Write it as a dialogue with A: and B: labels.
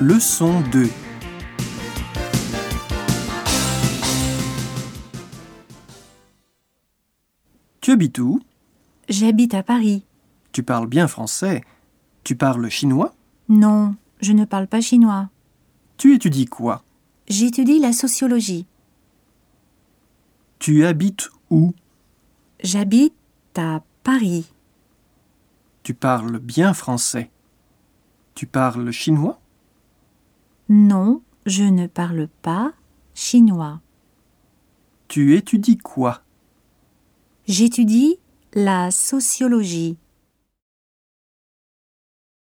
A: Leçon 2 Tu habites où
B: J'habite à Paris.
A: Tu parles bien français. Tu parles chinois
B: Non, je ne parle pas chinois.
A: Tu étudies quoi
B: J'étudie la sociologie.
A: Tu habites où
B: J'habite à Paris.
A: Tu parles bien français. Tu parles chinois
B: Non, je ne parle pas chinois.
A: Tu étudies quoi
B: J'étudie la sociologie.